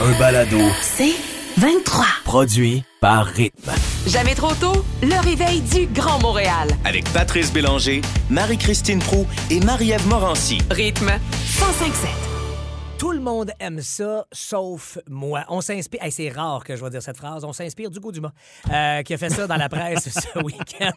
Un balado C'est 23. produit par Rythme. Jamais trop tôt, le réveil du Grand Montréal. Avec Patrice Bélanger, Marie-Christine Prou et Marie-Ève Morancy. Rythme 1057. Tout le monde aime ça, sauf moi. On s'inspire. Hey, c'est rare que je vais dire cette phrase. On s'inspire d'Hugo Dumas, euh, qui a fait ça dans la presse ce week-end.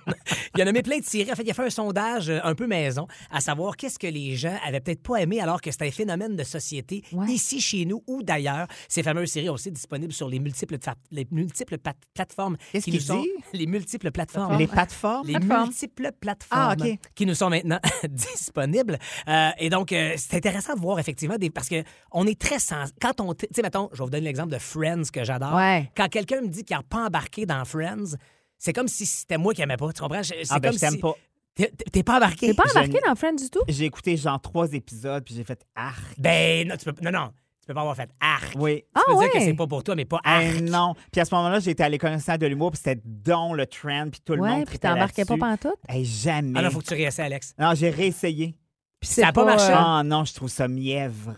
Il a nommé plein de séries. En fait, il a fait un sondage euh, un peu maison, à savoir qu'est-ce que les gens avaient peut-être pas aimé alors que c'est un phénomène de société ici chez nous ou d'ailleurs. Ces fameuses séries aussi disponibles sur les multiples, fa- les multiples pat- plateformes. Qu'est-ce qui qu'il nous sont- dit? Les multiples plateformes. Les plateformes. les Plateformes. multiples plateformes Ah, OK. qui nous sont maintenant disponibles. Euh, et donc, euh, c'est intéressant de voir effectivement des, parce que on est très sens. Quand on, t- tu sais, mettons, je vais vous donner l'exemple de Friends que j'adore. Ouais. Quand quelqu'un me dit qu'il n'a pas embarqué dans Friends, c'est comme si c'était moi qui n'aimais pas. Tu comprends? Je- C'est Ah, ben, comme je t'aime si- pas. T'es- T'es pas embarqué. T'es pas Je- embarqué dans Friends du tout? J'ai écouté genre trois épisodes, puis j'ai fait arc. Ben non, tu peux, non, non, tu peux pas avoir fait arc. Oui. Tu peux Ah, dire que ouais. c'est pas pour toi, mais pas arc. Hey, Ben, non. Puis à ce moment-là, j'étais à l'école nationale de l'humour, puis c'était dans le trend, puis tout le monde. Ouais, puis tripait t'embarquais pas là-dessus. pantoute? Hey, jamais. Ah non, faut que tu réessayes, Alex. Non, j'ai réessayé. Puis Ça a pas marché. euh, Ah non, je trouve ça mièvre.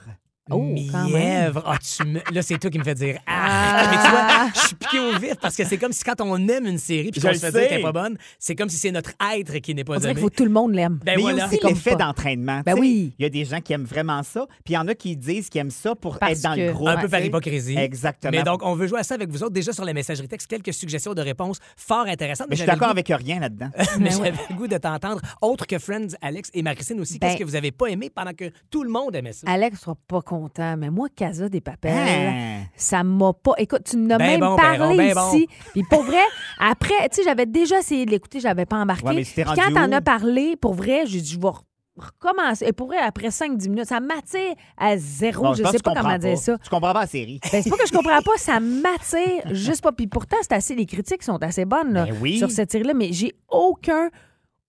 Oh, quand même. Mièvre. Ah, tu me- Là, c'est toi qui me fais dire Ah! Ah. Mais tu vois, je suis piqué au vif parce que c'est comme si quand on aime une série puis Je qu'on le se fait sais. dire qu'elle n'est pas bonne, c'est comme si c'est notre être qui n'est pas On dirait qu'il aimé. faut que tout le monde l'aime. Ben Mais il y a voilà. aussi C'est comme l'effet pas. d'entraînement. Ben tu sais. oui. Il y a des gens qui aiment vraiment ça, puis il y en a qui disent qu'ils aiment ça pour Parce être dans le que- groupe. Un peu tu par sais. hypocrisie. Exactement. Mais donc, on veut jouer à ça avec vous autres. Déjà sur la messagerie texte, quelques suggestions de réponses fort intéressantes. Mais je suis j'avais le d'accord goût- avec rien là-dedans. Mais Ben ouais. j'avais le goût de t'entendre. Autre que Friends, Alex et Marie-Christine aussi, Ben- Ah, qu'est-ce que vous avez pas aimé pendant que tout le monde aimait ça? Alex sera pas content, mais moi, Casa des Papels, Hein? ça m'a pas. Écoute, tu n'as même Ben bon, ben parlé bon, ben bon. ici. Puis pour vrai, après, tu sais, j'avais déjà essayé de l'écouter, j'avais pas embarqué. Ouais, mais tu t'es Puis rendu quand t'en où? as parlé, pour vrai, j'ai dit, je vais re- recommencer. Et pour vrai, après 5-10 minutes, ça m'attire à zéro. Bon, je pense sais que tu pas comment comprends dire ça. Tu comprends pas la série. Ben, c'est pas que je comprends pas, ça m'attire juste pas. Puis pourtant, c'est assez, les critiques sont assez bonnes là, Ben oui. sur cette série-là, mais j'ai aucun,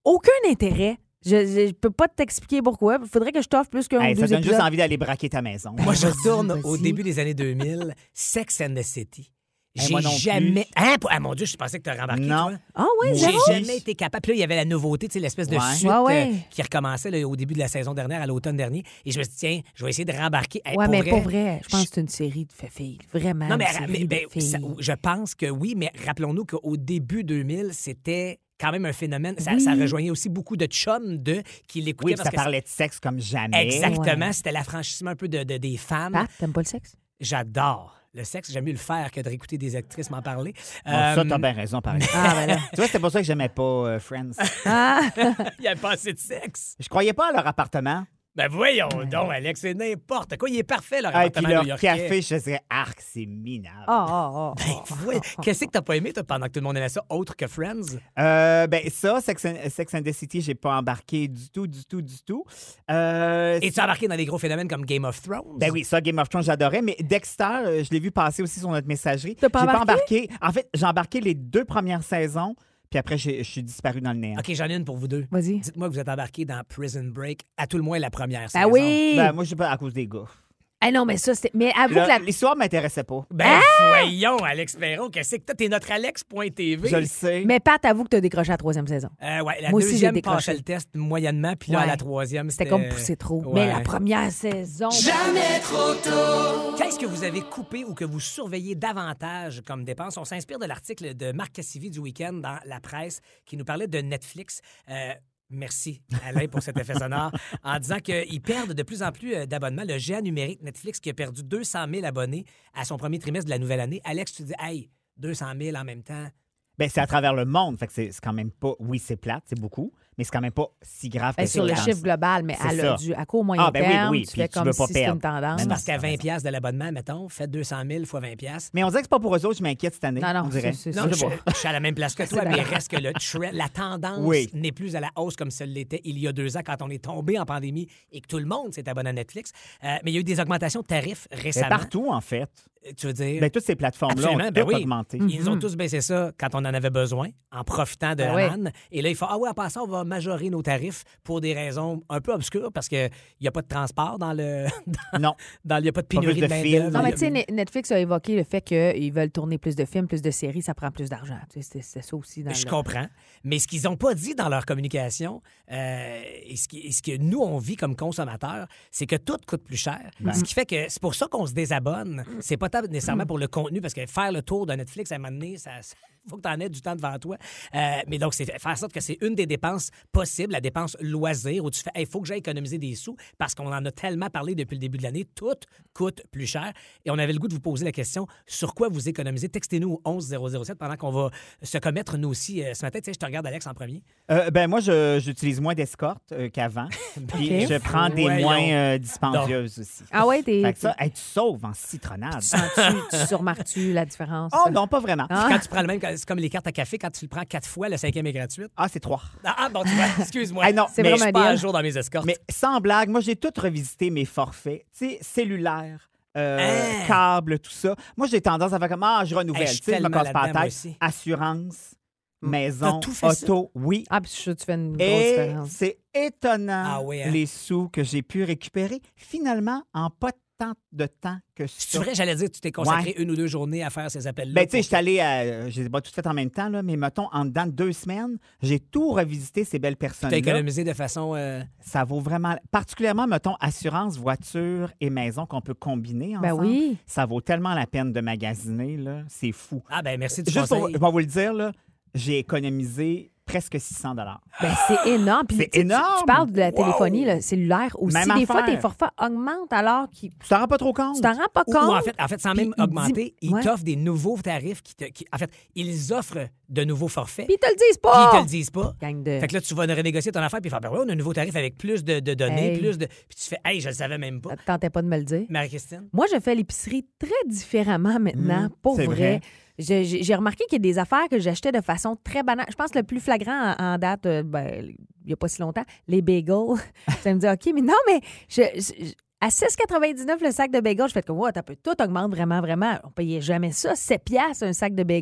aucun intérêt. Je, je, je peux pas t'expliquer pourquoi. Il faudrait que je t'offre plus qu'un Hey, ou ça deux donne juste épisodes. envie d'aller braquer ta maison. Moi, je Vas-y, retourne au vas-y. début des années 2000, Sex and the City. Eh, J'ai moi non plus. jamais. Hein? Ah, mon Dieu, je pensais que tu aurais rembarqué. Non. toi. Ah oui, Moi J'ai zéro. aussi. jamais été capable. Puis là, il y avait la nouveauté, tu sais, l'espèce de Ouais. suite Ouais, ouais. euh, qui recommençait là, au début de la saison dernière, à l'automne dernier. Et je me suis dit, tiens, je vais essayer de rembarquer. Hey, ouais, pour mais vrai, pas vrai. Je pense je- que c'est une série de filles. Vraiment. Non, mais, une série mais- de ben, ça- filles. je pense que oui, mais rappelons-nous qu'au début 2000, c'était quand même un phénomène. Ça, Oui. ça rejoignait aussi beaucoup de chums de, qui l'écoutaient Oui, puis parce ça que ça- parlait de sexe comme jamais. Exactement, Ouais. Ah. c'était l'affranchissement un peu de, de- des femmes. Pat, t'aimes pas le sexe? J'adore le sexe, j'aime mieux le faire que de réécouter des actrices m'en parler. Bon, ça, Euh, t'as bien raison, par exemple. Ah, ben là. tu vois, c'était pour ça que j'aimais pas euh, Friends. Il n'y a pas assez de sexe. Je croyais pas à leur appartement. Ben voyons Hmm. donc, Alex, c'est n'importe quoi. Il est parfait, leur Et puis appartement leur new-yorkais. café, je disais, arc, c'est minable. Ah, ah, ah, ah. Ouais, Qu'est-ce que t'as pas aimé, toi, pendant que tout le monde aimait ça, autre que Friends? Euh, ben ça, Sex and, Sex and the City, j'ai pas embarqué du tout, du tout, du tout. Euh, Et tu as embarqué dans des gros phénomènes comme Game of Thrones? ben oui, ça, Game of Thrones, j'adorais. Mais Dexter, euh, je l'ai vu passer aussi sur notre messagerie. T'as pas J'ai embarqué? embarqué. En fait, j'ai embarqué les deux premières saisons, puis après, j'ai- je suis disparu dans le néant. OK, j'en ai une pour vous deux. Vas-y. Dites-moi que vous êtes embarqué dans Prison Break, à tout le moins la première Ben saison. oui! Ben, moi, je sais pas à cause des gars. Ah non, mais ça, c'était. Mais avoue Le- que la. L'histoire m'intéressait pas. Ben Ah! voyons, Alex Perrault, qu'est-ce que t'as? T'es notre Alex.tv. Je le sais. Mais Pat, avoue que t'as décroché la troisième saison. Euh, ouais, la Moi aussi, j'ai deuxième décroché. passait le test moyennement, puis là, Ouais. à la troisième, c'était... C'était comme poussé trop. Ouais. Mais la première saison. Qu'est-ce que vous avez coupé ou que vous surveillez davantage comme dépenses? On s'inspire de l'article de Marc Cassivi du week-end dans La Presse qui nous parlait de Netflix. Euh, Merci, Alain, pour cet effet sonore, en disant qu'ils perdent de plus en plus euh, d'abonnements. Le géant numérique Netflix qui a perdu 200 000 abonnés à son premier trimestre de la nouvelle année. Alex, tu dis, hey, 200 000 en même temps. Ben, c'est à travers le monde. Fait que c'est c'est quand même pas. Oui, c'est plate, c'est beaucoup. mais c'est quand même pas si grave Ben, que sur ça, le quand- chiffre global, mais C'est elle ça. a dû, à court moyen Ah, ben oui, terme, oui, tu puis fais tu comme veux si pas c'était une perdre. tendance. Mais C'est non, parce qu'à t'as 20 raison. pièces de l'abonnement, mettons, faites 200 000 fois 20 pièces. Mais on dirait que c'est pas pour eux autres, je m'inquiète cette année. Non, non, on dirait. c'est- c'est- Ça, Non, je, je vois. je suis à la même place que toi, mais il reste que le trend- la tendance Oui. n'est plus à la hausse comme ça l'était il y a deux ans quand on est tombé en pandémie et que tout le monde s'est abonné à Netflix. Euh, mais il y a eu des augmentations de tarifs Mais récemment. Ben, euh, partout, en fait. Tu Euh, veux dire? Ben, toutes ces plateformes-là ont Absolument, ben toutes oui. augmenté. Mm. Mm-hmm. Ils ont tous baissé ça quand on en avait besoin, en profitant de Ben la oui. manne. Et là, il faut ah oui, à part ça, on va majorer nos tarifs pour des raisons un peu obscures parce qu'il n'y a pas de transport dans le. dans- Non. dans- Il n'y a pas de Pas plus pénurie de, de main fil. Non, mais tu sais, Ne- Netflix a évoqué le fait qu'ils veulent tourner plus de films, plus de séries, ça prend plus d'argent. Tu sais, C'était c'était ça aussi dans Je le- comprends. Mais ce qu'ils n'ont pas dit dans leur communication, euh, et, ce qui- et ce que nous, on vit comme consommateurs, c'est que tout coûte plus cher. Ce qui fait que c'est pour ça qu'on se désabonne. C'est pas tant nécessairement pour le contenu, parce que faire le tour de Netflix à un moment donné, ça. ça- faut que tu en aies du temps devant toi. Euh, mais donc, c'est faire en sorte que c'est une des dépenses possibles, la dépense loisir, où tu fais, il faut que j'aille économiser des sous, parce qu'on en a tellement parlé depuis le début de l'année, tout coûte plus cher. Et on avait le goût de vous poser la question, sur quoi vous économisez? Textez-nous au 11007 pendant qu'on va se commettre, nous aussi, euh, ce matin. Tu sais, je te regarde, Alex, en premier. Euh, ben, moi, je- j'utilise moins d'escorte euh, qu'avant. Puis Ok. je prends des Voyons. moins euh, dispendieuses aussi. Ah ouais, t'es. Fait que ça, hey, tu sauves en citronnade. Sens-tu, tu surmarques-tu la différence? Oh non, pas vraiment. Ah. Quand tu prends le même, c'est comme les cartes à café, quand tu le prends quatre fois, le cinquième est gratuit. Ah, c'est trois. Ah, ah, bon, tu vois, excuse-moi. Ah non, C'est mais Je vraiment suis pas à deal. jour dans mes escortes. Mais sans blague, moi, j'ai tout revisité mes forfaits. Tu sais, cellulaire, euh, Hein? câble, tout ça. Moi, j'ai tendance à faire comme Ah, je renouvelle. Hey, je suis tu sais, je me tellement casse pas la là-dedans, moi tête. aussi. Mm. Assurance, T'as maison, tout fait ça? auto, oui. Ah, puis je suis sûre que tu fais une grosse Et différence. c'est étonnant Ah oui, hein? les sous que j'ai pu récupérer finalement en pas tant de temps que ça. C'est vrai, j'allais dire, tu t'es consacré une ou deux journées à faire ces appels-là. Ben, tu sais, pour- je suis allé à. Je les ai pas tout fait en même temps, là, mais mettons, en dedans de deux semaines, j'ai tout revisité, ces belles T'as personnes-là. économisé de façon. euh, Ça vaut vraiment. Particulièrement, mettons, assurance, voiture et maison qu'on peut combiner ensemble. Ben oui. Ça vaut tellement la peine de magasiner, là. C'est fou. Ah, ben merci du Juste pour, conseil. je vais vous le dire, là, j'ai économisé presque 600 Ben, c'est énorme. Puis, C'est tu sais, tu- Tu, énorme. parles de la Wow. téléphonie, le cellulaire aussi. Même Des fois, affaire. tes forfaits augmentent alors qu'ils. Tu t'en rends pas trop compte? Tu t'en rends pas Ou, compte. ou en, fait, en fait, sans Puis même ils augmenter, disent- ils Ouais. t'offrent des nouveaux tarifs. Qui te, qui- en fait, ils offrent de nouveaux forfaits. Puis oh! ils te le disent Puis pas. ils te le disent pas. Gang de- Fait que là, tu vas renégocier ton affaire, puis faire, ben ouais, on a un nouveau tarif avec plus de, de données, Hey. Ah. plus de. Puis tu fais, hey, je le savais même pas. Ça te tentait pas de me le dire. Marie-Christine? Moi, je fais l'épicerie très différemment maintenant, Mm, pour c'est vrai. vrai. Je- J'ai j'ai remarqué qu'il y a des affaires que j'achetais de façon très banale. Je pense que le plus flagrant en, en date, euh, ben, il n'y a pas si longtemps, les bagels. ça me dit, OK, mais non, mais je, je- à 6,99 le sac de bagels, je fais comme, wow, t'as peu, tout augmente vraiment, vraiment. On payait jamais ça, 7 piastres un sac de bagels.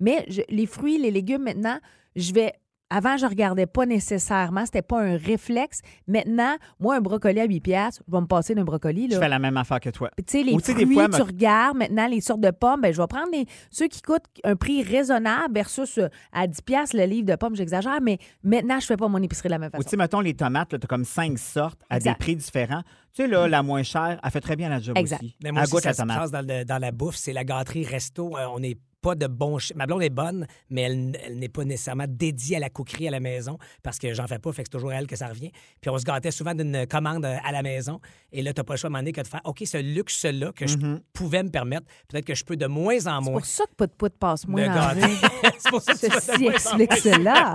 Mais je- les fruits, les légumes, maintenant, je vais... Avant, je regardais pas nécessairement, c'était pas un réflexe. Maintenant, moi, un brocoli à 8 piastres, je vais me passer d'un brocoli. Là. Je fais la même affaire que toi. Puis, Tu sais, les Ou tu sais, fruits, des fois, tu me- regardes maintenant les sortes de pommes. Ben, je vais prendre les, ceux qui coûtent un prix raisonnable versus euh, à 10 pièces le livre de pommes. J'exagère, mais maintenant, je fais pas mon épicerie de la même Ou façon. tu sais, mettons, les tomates, là, t'as comme cinq sortes à Exact. Mm. des prix différents. Tu sais, là, la moins chère, elle fait très bien la job Exact. aussi. Mais moi elle aussi, goûte ça la se tomate. passe dans, le- dans la bouffe, c'est la gâterie resto. Euh, on n'est pas de bon. Ma blonde est bonne, mais elle, n- elle n'est pas nécessairement dédiée à la coquerie à la maison parce que j'en fais pas, fait que c'est toujours à elle que ça revient. Puis on se gâtait souvent d'une commande euh, à la maison. Et là, t'as pas le choix à un moment donné que de faire OK, ce luxe-là que je pouvais me permettre, peut-être que je peux de moins en C'est moins. pour ça que Pout-Pout passe moins me dans la gâter. rue. c'est pour ça que tu vas de Ceci moins en explique moins. cela.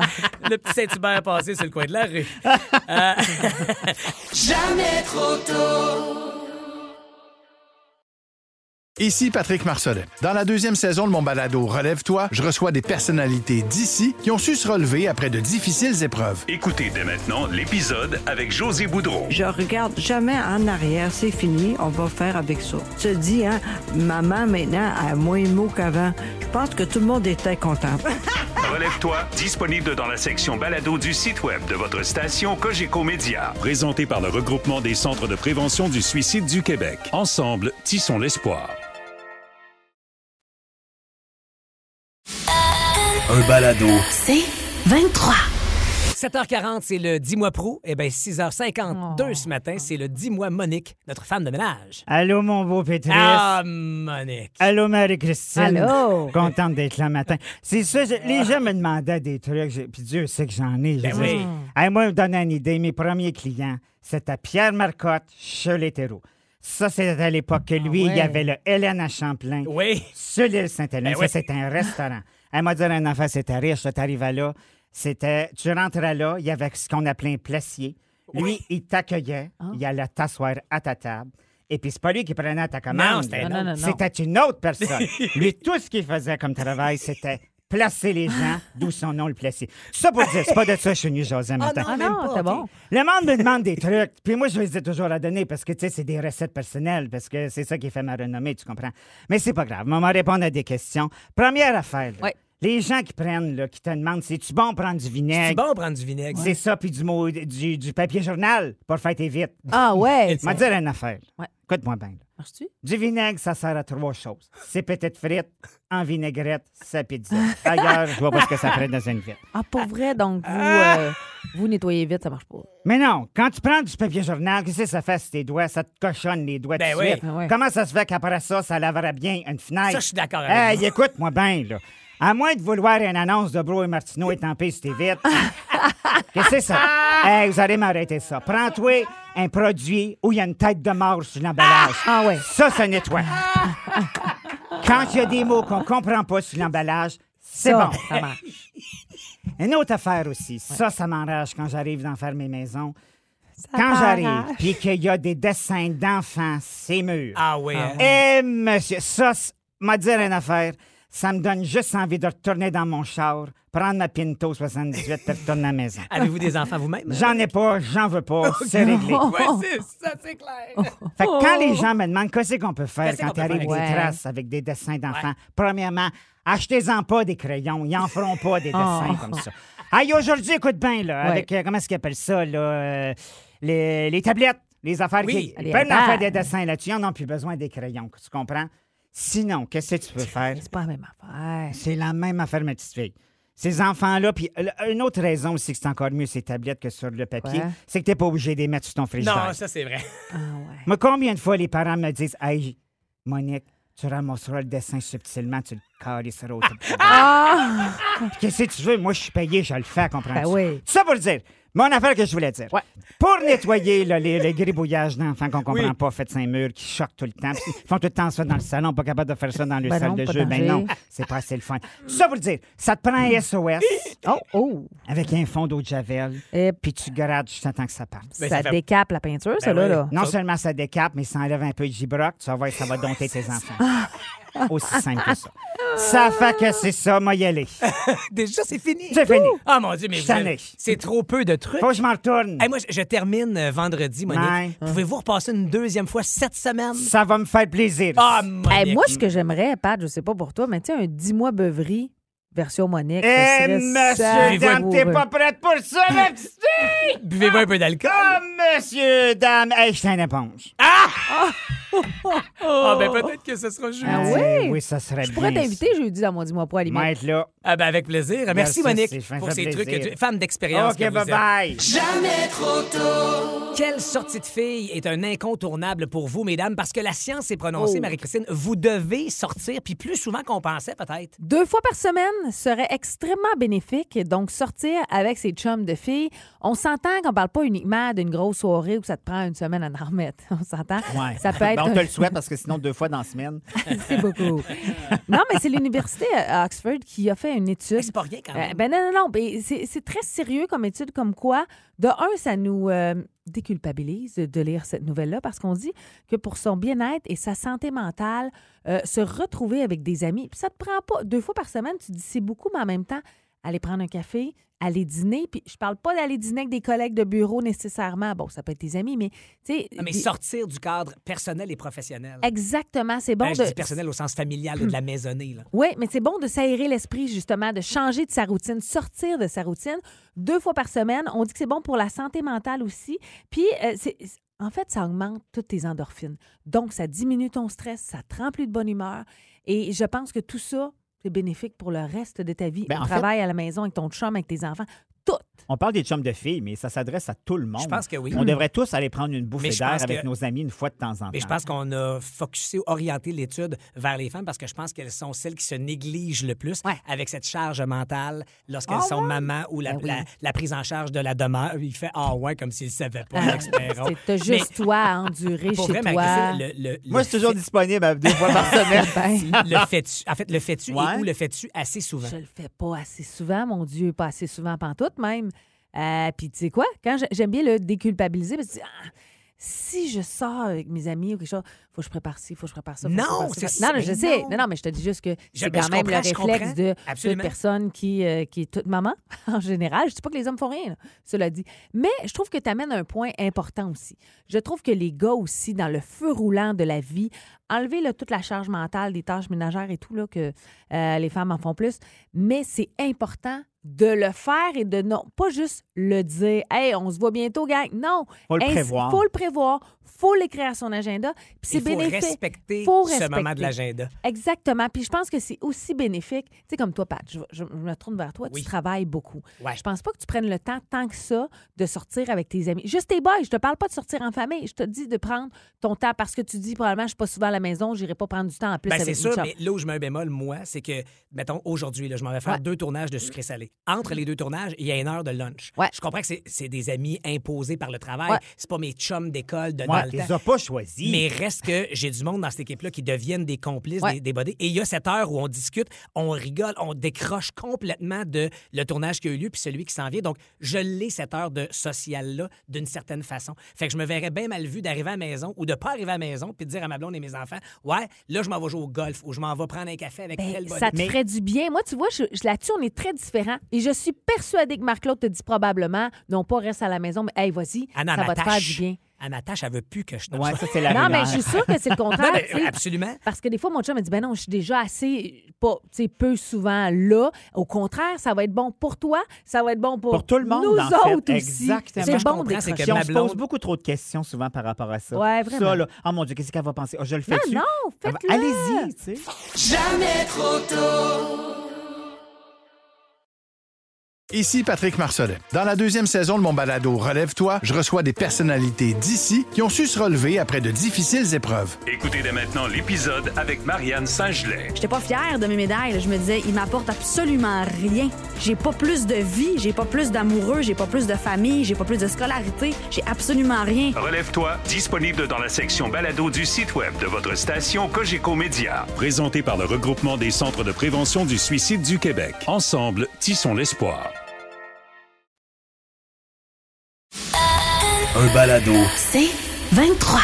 Le petit Saint-Hubert passé sur le coin de la rue. Ici Patrick Marcelet. Dans la deuxième saison de mon balado Relève-toi, je reçois des personnalités d'ici qui ont su se relever après de difficiles épreuves. Écoutez dès maintenant l'épisode avec José Boudreau. Je regarde jamais en arrière, c'est fini, on va faire avec ça. Tu te dis, hein, maman maintenant a moins de mots qu'avant. Je pense que tout le monde était content. Relève-toi, disponible dans la section balado du site web de votre station Cogeco Média. Présenté par le regroupement des centres de prévention du suicide du Québec. Ensemble, tissons l'espoir. Un balado. 7h40, c'est le 10 mois pro. Eh bien, Oh. 6h52 ce matin, c'est le 10 mois Monique, notre femme de ménage. Allô, mon beau Pétrus. Ah, Monique. Allô, Marie-Christine. Allô. Contente d'être là le matin. C'est ça, je- les gens me demandaient des trucs, j'ai- puis Dieu sait que j'en ai. je Ben veux dire. oui. Hey, moi, je vous donne une idée, mes premiers clients, c'était Pierre Marcotte chez les terreaux. Ça, c'était à l'époque que lui, il y avait le Hélène à Champlain. Ah Oui. Sur l'île Sainte-Hélène, Ben ça, oui. c'est un restaurant. Elle m'a dit, un enfant, c'était riche, là, t'arrives à là. C'était, tu rentrais là, il y avait ce qu'on appelait un placier. Lui, il t'accueillait, Ah. il allait t'asseoir à ta table. Et puis, c'est pas lui qui prenait ta commande. Non, c'était Non, non, non, non. C'était une autre personne. lui, tout ce qu'il faisait comme travail, c'était placer les gens, d'où son nom, le placier. Ça pour dire, c'est pas de ça que je suis venu jaser un matin. Ah non, t'es bon. Le monde me demande des trucs, puis moi, je les ai toujours à donner parce que, tu sais, c'est des recettes personnelles, parce que c'est ça qui fait ma renommée, tu comprends. Mais c'est pas grave, maman répondre à des questions. Première affaire, là, Ouais. les gens qui prennent, là, qui te demandent, c'est-tu bon prendre du C'est vinaigre? bon prendre du vinaigre. C'est ça, puis du, mot- du, du papier journal pour faire tes vite. Ah ouais. M'a dire une affaire. Ouais. Écoute-moi bien. là. Marches-tu? Du vinaigre, ça sert à trois choses. C'est petites frites, en vinaigrette, sa pizza. Ailleurs, je vois pas ce que ça ferait dans une vitre. Ah, pour vrai, donc, vous, euh, vous nettoyez vite, ça marche pas. Mais non, quand tu prends du papier journal, qu'est-ce que ça fait sur tes doigts? Ça te cochonne les doigts Ben tout de oui. suite. Ah ouais. Comment ça se fait qu'après ça, ça laverait bien une fenêtre? Ça, je suis d'accord avec Hey, vous. écoute-moi bien, là. À moins de vouloir une annonce de Bro et Martineau étampée sur tes vitres. qu'est-ce que c'est ça? Hey, vous allez m'arrêter ça. Prends-toi un produit où il y a une tête de mort sur l'emballage. Ah ouais. Ça, ça nettoie. Quand il y a des mots qu'on comprend pas sur l'emballage, c'est Ça, bon. Ça marche. Une autre affaire aussi. Ça, ça m'enrage quand j'arrive d'en faire mes maisons. Quand j'arrive, puis qu'il y a des dessins d'enfants, c'est mûr. Ah oui. hein. Eh, monsieur, ça, c- m'a dire une affaire. Ça me donne juste envie de retourner dans mon char, prendre ma Pinto 78 et retourner à la maison. Avez-vous des enfants vous-même? J'en ai pas, j'en veux pas, c'est réglé. Fait que quand les gens me demandent qu'est-ce qu'on peut faire Oh. Qu'est-ce qu'on quand peut il arrive des faire? Ouais. traces avec des dessins d'enfants, premièrement, achetez-en pas des crayons, ils en feront pas Oh. des dessins comme ça. Aïe, aujourd'hui, écoute bien, là, Ouais. avec, euh, comment est-ce qu'ils appellent ça, là, euh, les, les tablettes, les affaires Oui. Ah, qui... Les Ils peuvent en faire iPads. des dessins là-dessus, ils n'en ont plus besoin des crayons, tu comprends? Sinon, qu'est-ce que tu peux faire? C'est pas la même affaire. C'est la même affaire, ma petite fille. Ces enfants-là, puis euh, une autre raison aussi que c'est encore mieux ces tablettes que sur le papier, Ouais. c'est que t'es pas obligé de les mettre sur ton frigidaire. Non, ça, c'est vrai. Ah ouais. Moi, combien de fois les parents me disent Hey, Monique, tu ramasseras le dessin subtilement, tu le calisseras au top. Ah! Puis Qu'est-ce que tu veux? Moi, je suis payé, je le fais, comprends-tu? Ben oui. Ça pour dire, mon affaire que je voulais dire. Ouais. Pour nettoyer là, les, les gribouillages d'enfants qu'on comprend pas, fait saint murs qui choquent tout le temps, puis ils font tout le temps ça dans le salon, pas capable de faire ça dans le Ben salle non, de pas jeu. Ben danger. non, c'est pas assez le fun. Ça pour dire, ça te prend un SOS Oh, oh! avec un fond d'eau de javel, Et puis tu grattes juste en temps que Ben, ça parte. Ben, ça ça fait- décape la peinture, ça, là. oui. là. Non Ça- seulement ça décape, mais ça enlève un peu de gibroc. Tu vas voir, ça va dompter tes enfants. Aussi simple que ça. Ça fait que c'est ça, moi y aller. Déjà, c'est fini. C'est fini. Ah, mon Dieu, mais Je vous t'en avez- ai. c'est trop peu de trucs. Faut que je m'en retourne. Hey, moi, je, je termine euh, vendredi, Monique. Ouais. Pouvez-vous repasser une deuxième fois cette semaine? Ça va me faire plaisir. Ah, Monique. Eh, moi, ce que j'aimerais, Pat, je sais pas pour toi, mais tu sais, un 10 mois beuverie version Monique. Eh, monsieur Dame, t'es pas prête pour ça, ma petite fille? Buvez-vous un peu d'alcool? Ah, monsieur Dame. Hey, je suis une éponge. Ah, Oh! ben peut-être que ce sera juste. Ah oui? Eh, Oui, ça serait Je bien. pourrais t'inviter jeudi dans mon 10 mois pour ça. alimenter. M'être là. Ah, ben avec plaisir. Merci, Merci, Monique, Stéphane, pour ça fait ces trucs. plaisir. que tu- Femme d'expérience. OK, que vous êtes. bye-bye. Quelle sortie de fille est un incontournable pour vous, mesdames? Parce que la science est prononcée, Oh. Marie-Christine. Vous devez sortir, puis plus souvent qu'on pensait, peut-être. Deux fois par semaine serait extrêmement bénéfique. Donc, sortir avec ses chums de filles, on s'entend qu'on parle pas uniquement d'une grosse soirée où ça te prend une semaine à en remettre. On s'entend? Ouais. Ça peut être... Ben, on te le souhaite parce que sinon, deux fois dans la semaine. C'est beaucoup. non, mais c'est l'université à Oxford qui a fait une étude. C'est pas rien, quand Euh, même. ben non, non, non. ben c'est c'est très sérieux comme étude, comme quoi, de un, ça nous euh, déculpabilise de lire cette nouvelle-là parce qu'on dit que pour son bien-être et sa santé mentale, euh, se retrouver avec des amis, puis ça te prend pas deux fois par semaine, tu te dis c'est beaucoup, mais en même temps, aller prendre un café, aller dîner, puis je parle pas d'aller dîner avec des collègues de bureau nécessairement. Bon, ça peut être tes amis, mais tu sais. Non, Ah, mais Euh, des- sortir du cadre personnel et professionnel. Exactement, c'est bon Ben, de. je dis personnel au sens familial et de la maisonnée. Là. Oui, mais c'est bon de s'aérer l'esprit, justement, de changer de sa routine, sortir de sa routine deux fois par semaine. On dit que c'est bon pour la santé mentale aussi. Puis, euh, c'est- en fait, ça augmente toutes tes endorphines. Donc, ça diminue ton stress, ça te rend plus de bonne humeur. Et je pense que tout ça, c'est bénéfique pour le reste de ta vie. Ben, au en fait- travail, à la maison, avec ton chum, avec tes enfants. toutes. On parle des chums de filles, mais ça s'adresse à tout le monde. Je pense que oui. On Mm. devrait tous aller prendre une bouffée Mais je d'air pense avec que- nos amis une fois de temps en temps. Mais je pense qu'on a focusé, orienté l'étude vers les femmes parce que je pense qu'elles sont celles qui se négligent le plus avec cette charge mentale lorsqu'elles Ah sont ouais? maman ou la, Ben oui. la- la prise en charge de la demeure. Il fait Ah ouais, comme s'il ne savait pas, Ah, Max Perron. c'est- t'as juste toi à endurer ben, Pour chez vrai, Marie- toi. le- le- le Moi, je suis toujours disponible à- deux fois par semaine. le fais-tu? En fait, le fais-tu Ouais. et où le fais-tu assez souvent? Je le fais pas assez souvent, mon Dieu, pas assez souvent pantoute même. Euh, Puis tu sais quoi, quand je- j'aime bien le déculpabiliser, parce que ah, si je sors avec mes amis ou quelque chose, faut que je prépare ci, faut que je prépare ça. faut que Non, je prépare ça. c'est ça, non, non, mais je sais, non. non, non, mais je te dis juste que Je- c'est mais je quand même le comprends, je réflexe comprends. de toute Absolument. personne qui, euh, qui est toute maman en général. Je dis pas que les hommes font rien, là, cela dit, mais je trouve que tu amènes un point important aussi. Je trouve que les gars aussi dans le feu roulant de la vie, enlever là, toute la charge mentale des tâches ménagères et tout là que euh, les femmes en font plus, mais c'est important de le faire et de non pas juste le dire hey on se voit bientôt gang non Faut le Ins- prévoir. faut le prévoir faut l'écrire à son agenda puis c'est Il faut bénéfique respecter Faut ce respecter. moment de l'agenda. Exactement. Puis je pense que c'est aussi bénéfique. Tu sais, comme toi, Pat, je, je- je me tourne vers toi, Oui. tu travailles beaucoup. Ouais. Je pense pas que tu prennes le temps tant que ça de sortir avec tes amis. Juste tes boys, je te parle pas de sortir en famille. Je te dis de prendre ton temps parce que tu dis probablement je suis pas souvent à la maison, j'irai pas prendre du temps en plus Ben, avec c'est mes sûr, chums. mais là où je mets un bémol, moi, c'est que, mettons, aujourd'hui, là, je m'en vais faire Ouais. deux tournages de sucré salé. Entre les deux tournages, il y a une heure de lunch. Je comprends que c'est- c'est des amis imposés par le travail. Ouais. C'est pas mes chums d'école de Ouais, dans le tu les temps. as pas choisis. Mais reste que j'ai du monde dans cette équipe-là qui deviennent des complices Ouais. des, des bodés. Et il y a cette heure où on discute, on rigole, on décroche complètement de le tournage qui a eu lieu puis celui qui s'en vient. Donc, je l'ai cette heure de social-là d'une certaine façon. Fait que je me verrais bien mal vu d'arriver à la maison ou de pas arriver à la maison puis de dire à ma blonde et mes enfants Ouais, là, je m'en vais jouer au golf ou je m'en vais prendre un café avec Ben, tel ça te bodé. ferait du bien. Moi, tu vois, je, je- là-dessus, on est très différents. Et je suis persuadée que Marc-Claude te dit probablement, non pas reste à la maison, mais hey, vas-y, Ah non, ça elle va te faire m'attache. du bien. Elle m'attache, elle veut plus que je. Ouais, ça, c'est la non, mais rumeur. je suis sûre que c'est le contraire. Non, mais, tu sais. absolument. Parce que des fois, mon chum me dit, ben non, je suis déjà assez, pas, tu sais, peu souvent là. Au contraire, ça va être bon pour toi, ça va être bon pour, Pour tout le monde, nous en fait. autres aussi. Exactement. C'est Je bon comprends, c'est d'écrocher. que On se pose beaucoup trop de questions souvent par rapport à ça. Ouais, vraiment. Ça, là, oh mon Dieu, qu'est-ce qu'elle va penser? Ah, je le fais Non, non, faites-le. Allez-y, tu sais. Jamais trop tôt. Ici Patrick Marcelet. Dans la deuxième saison de mon balado Relève-toi, je reçois des personnalités d'ici qui ont su se relever après de difficiles épreuves. Écoutez dès maintenant l'épisode avec Marianne Saint-Gelais. J'étais pas fière de mes médailles. là. Je me disais, ils m'apportent absolument rien. J'ai pas plus de vie, j'ai pas plus d'amoureux, j'ai pas plus de famille, j'ai pas plus de scolarité, j'ai absolument rien. Relève-toi, disponible dans la section balado du site web de votre station Cogeco Média. Présenté par le regroupement des centres de prévention du suicide du Québec. Ensemble, tissons l'espoir. Un balado. C'est 23.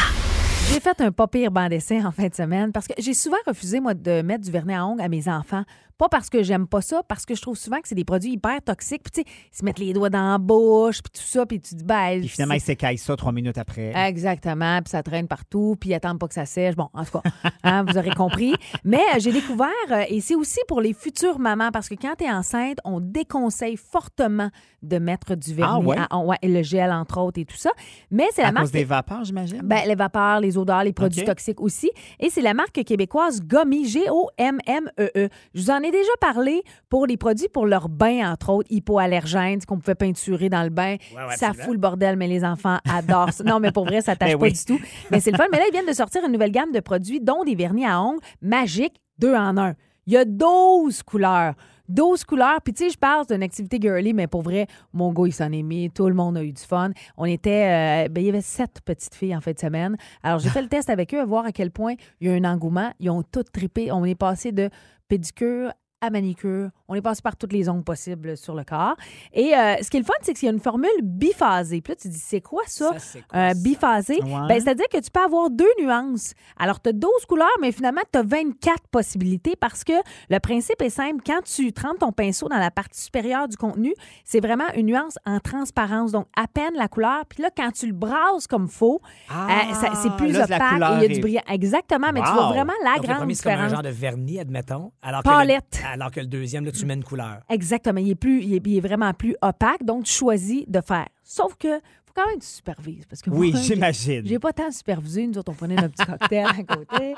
J'ai fait un pas pire banc d'essai en fin de semaine parce que j'ai souvent refusé, moi, de mettre du vernis à ongles à mes enfants. Pas parce que j'aime pas ça, parce que je trouve souvent que c'est des produits hyper toxiques. Puis, tu sais, ils se mettent les doigts dans la bouche, puis tout ça, puis tu te dis, ben. Et finalement, il c'est- s'écaille ça trois minutes après. Euh, Exactement, puis ça traîne partout, puis ils attendent pas que ça sèche. Bon, en tout cas, hein, vous aurez compris. Mais euh, j'ai découvert, euh, et c'est aussi pour les futures mamans, parce que quand tu es enceinte, on déconseille fortement de mettre du vernis Ah ouais? à ongles, ouais, et le gel, entre autres, et tout ça. Mais c'est la à marque. cause des vapeurs, j'imagine. Ben, les vapeurs, les odeurs, les produits OK. toxiques aussi. Et c'est la marque québécoise Gommy, G-O-M-M-E-E. E Je vous en ai déjà parlé pour les produits pour leur bain, entre autres, hypoallergènes, qu'on pouvait peinturer dans le bain. ouais, ça absolument. fout le bordel, mais les enfants adorent ça. Non, mais pour vrai, ça tâche Ben pas oui. du tout. Mais c'est le fun. Mais là, ils viennent de sortir une nouvelle gamme de produits, dont des vernis à ongles magiques, deux en un. Il y a 12 couleurs. 12 couleurs. Puis, tu sais, je parle d'une activité girly, mais pour vrai, mon gars, il s'en est mis. Tout le monde a eu du fun. On était. euh, ben, il y avait sept petites filles en fin de semaine. Alors, j'ai fait le test avec eux, à voir à quel point il y a un engouement. Ils ont toutes trippé. On est passé de pédicure à manicure. On est passé par toutes les ongles possibles sur le corps. Et euh, ce qui est le fun, c'est qu'il y a une formule biphasée. Puis là, tu dis, c'est quoi ça, euh, biphasé? Ouais. Ben, c'est-à-dire que tu peux avoir deux nuances. Alors, tu as 12 couleurs, mais finalement, tu as 24 possibilités parce que le principe est simple. Quand tu trempes ton pinceau dans la partie supérieure du contenu, c'est vraiment une nuance en transparence. Donc, à peine la couleur. Puis là, quand tu le brasses comme faux, euh, ça- c'est plus Ah, là, la opaque et il y couleur a du est- brillant. Exactement, mais tu vois vraiment la Donc, le grande premier, c'est comme un différence. genre de vernis, admettons. Alors Palette. Que le, alors que le deuxième, là, tu mets une couleur. Exactement. Il est, plus, il est, il est vraiment plus opaque, donc tu choisis de faire. Sauf que faut quand même que tu supervises. Parce que Oui, moi, j'ai- j'imagine. J'ai pas tant supervisé. Nous autres, on prenait notre petit cocktail à côté.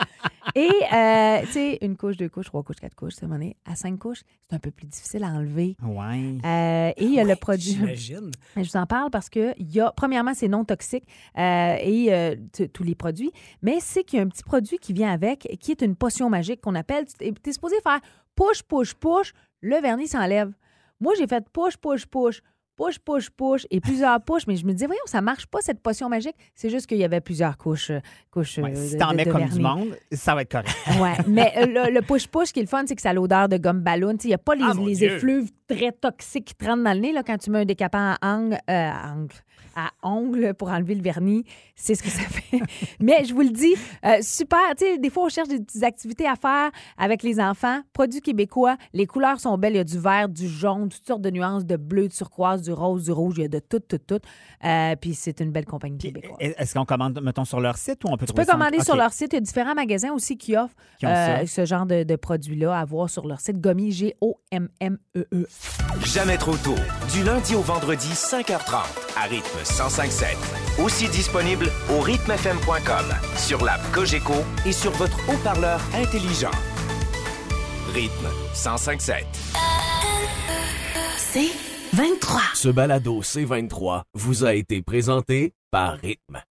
Et, euh, tu sais, une couche, deux couches, trois couches, quatre couches, c'est donné. À cinq couches, c'est un peu plus difficile à enlever. Ouais. Euh, et il y a le produit. j'imagine. Je vous en parle parce que, il y a, premièrement, c'est non toxique euh, et euh, t- tous les produits, mais c'est qu'il y a un petit produit qui vient avec, qui est une potion magique qu'on appelle. Tu es supposé faire push, push, push, le vernis s'enlève. Moi, j'ai fait push, push, push. Push, push, push et plusieurs pushes, mais je me disais, voyons, ça marche pas cette potion magique. C'est juste qu'il y avait plusieurs couches. euh, couches Ouais, euh, si de- t'en de- mets de comme du vernis. monde, ça va être correct. Ouais, mais euh, le, le push-push qui est le fun, c'est que ça a l'odeur de gomme ballon. Il n'y a pas les, Ah, mon les Dieu. effluves très toxiques qui te rentrent dans le nez là, quand tu mets un décapant à angle, euh, à angle, à ongle pour enlever le vernis. C'est ce que ça fait. mais je vous le dis, euh, super. Tu sais, des fois, on cherche des petites activités à faire avec les enfants. Produits québécois, les couleurs sont belles. Il y a du vert, du jaune, toutes sortes de nuances, de bleu, de turquoise, du rose, du rouge. Il y a de tout, tout, tout. Euh, puis c'est une belle compagnie québécoise. Est- Est-ce qu'on commande, mettons, sur leur site ou on peut Tu trouver peux ça en- commander sur OK. leur site. Il y a différents magasins aussi qui offrent Qui ont euh, ça. ce genre de, de produits-là à voir sur leur site Gommier, G-O-M-M-E-E. Jamais trop tôt. Du lundi au vendredi, 5h30, à rythme 1057. Aussi disponible au rythmefm.com, sur l'app Cogeco et sur votre haut-parleur intelligent. Rythme 1057. C'est 23. Ce balado C23 vous a été présenté par Rythme.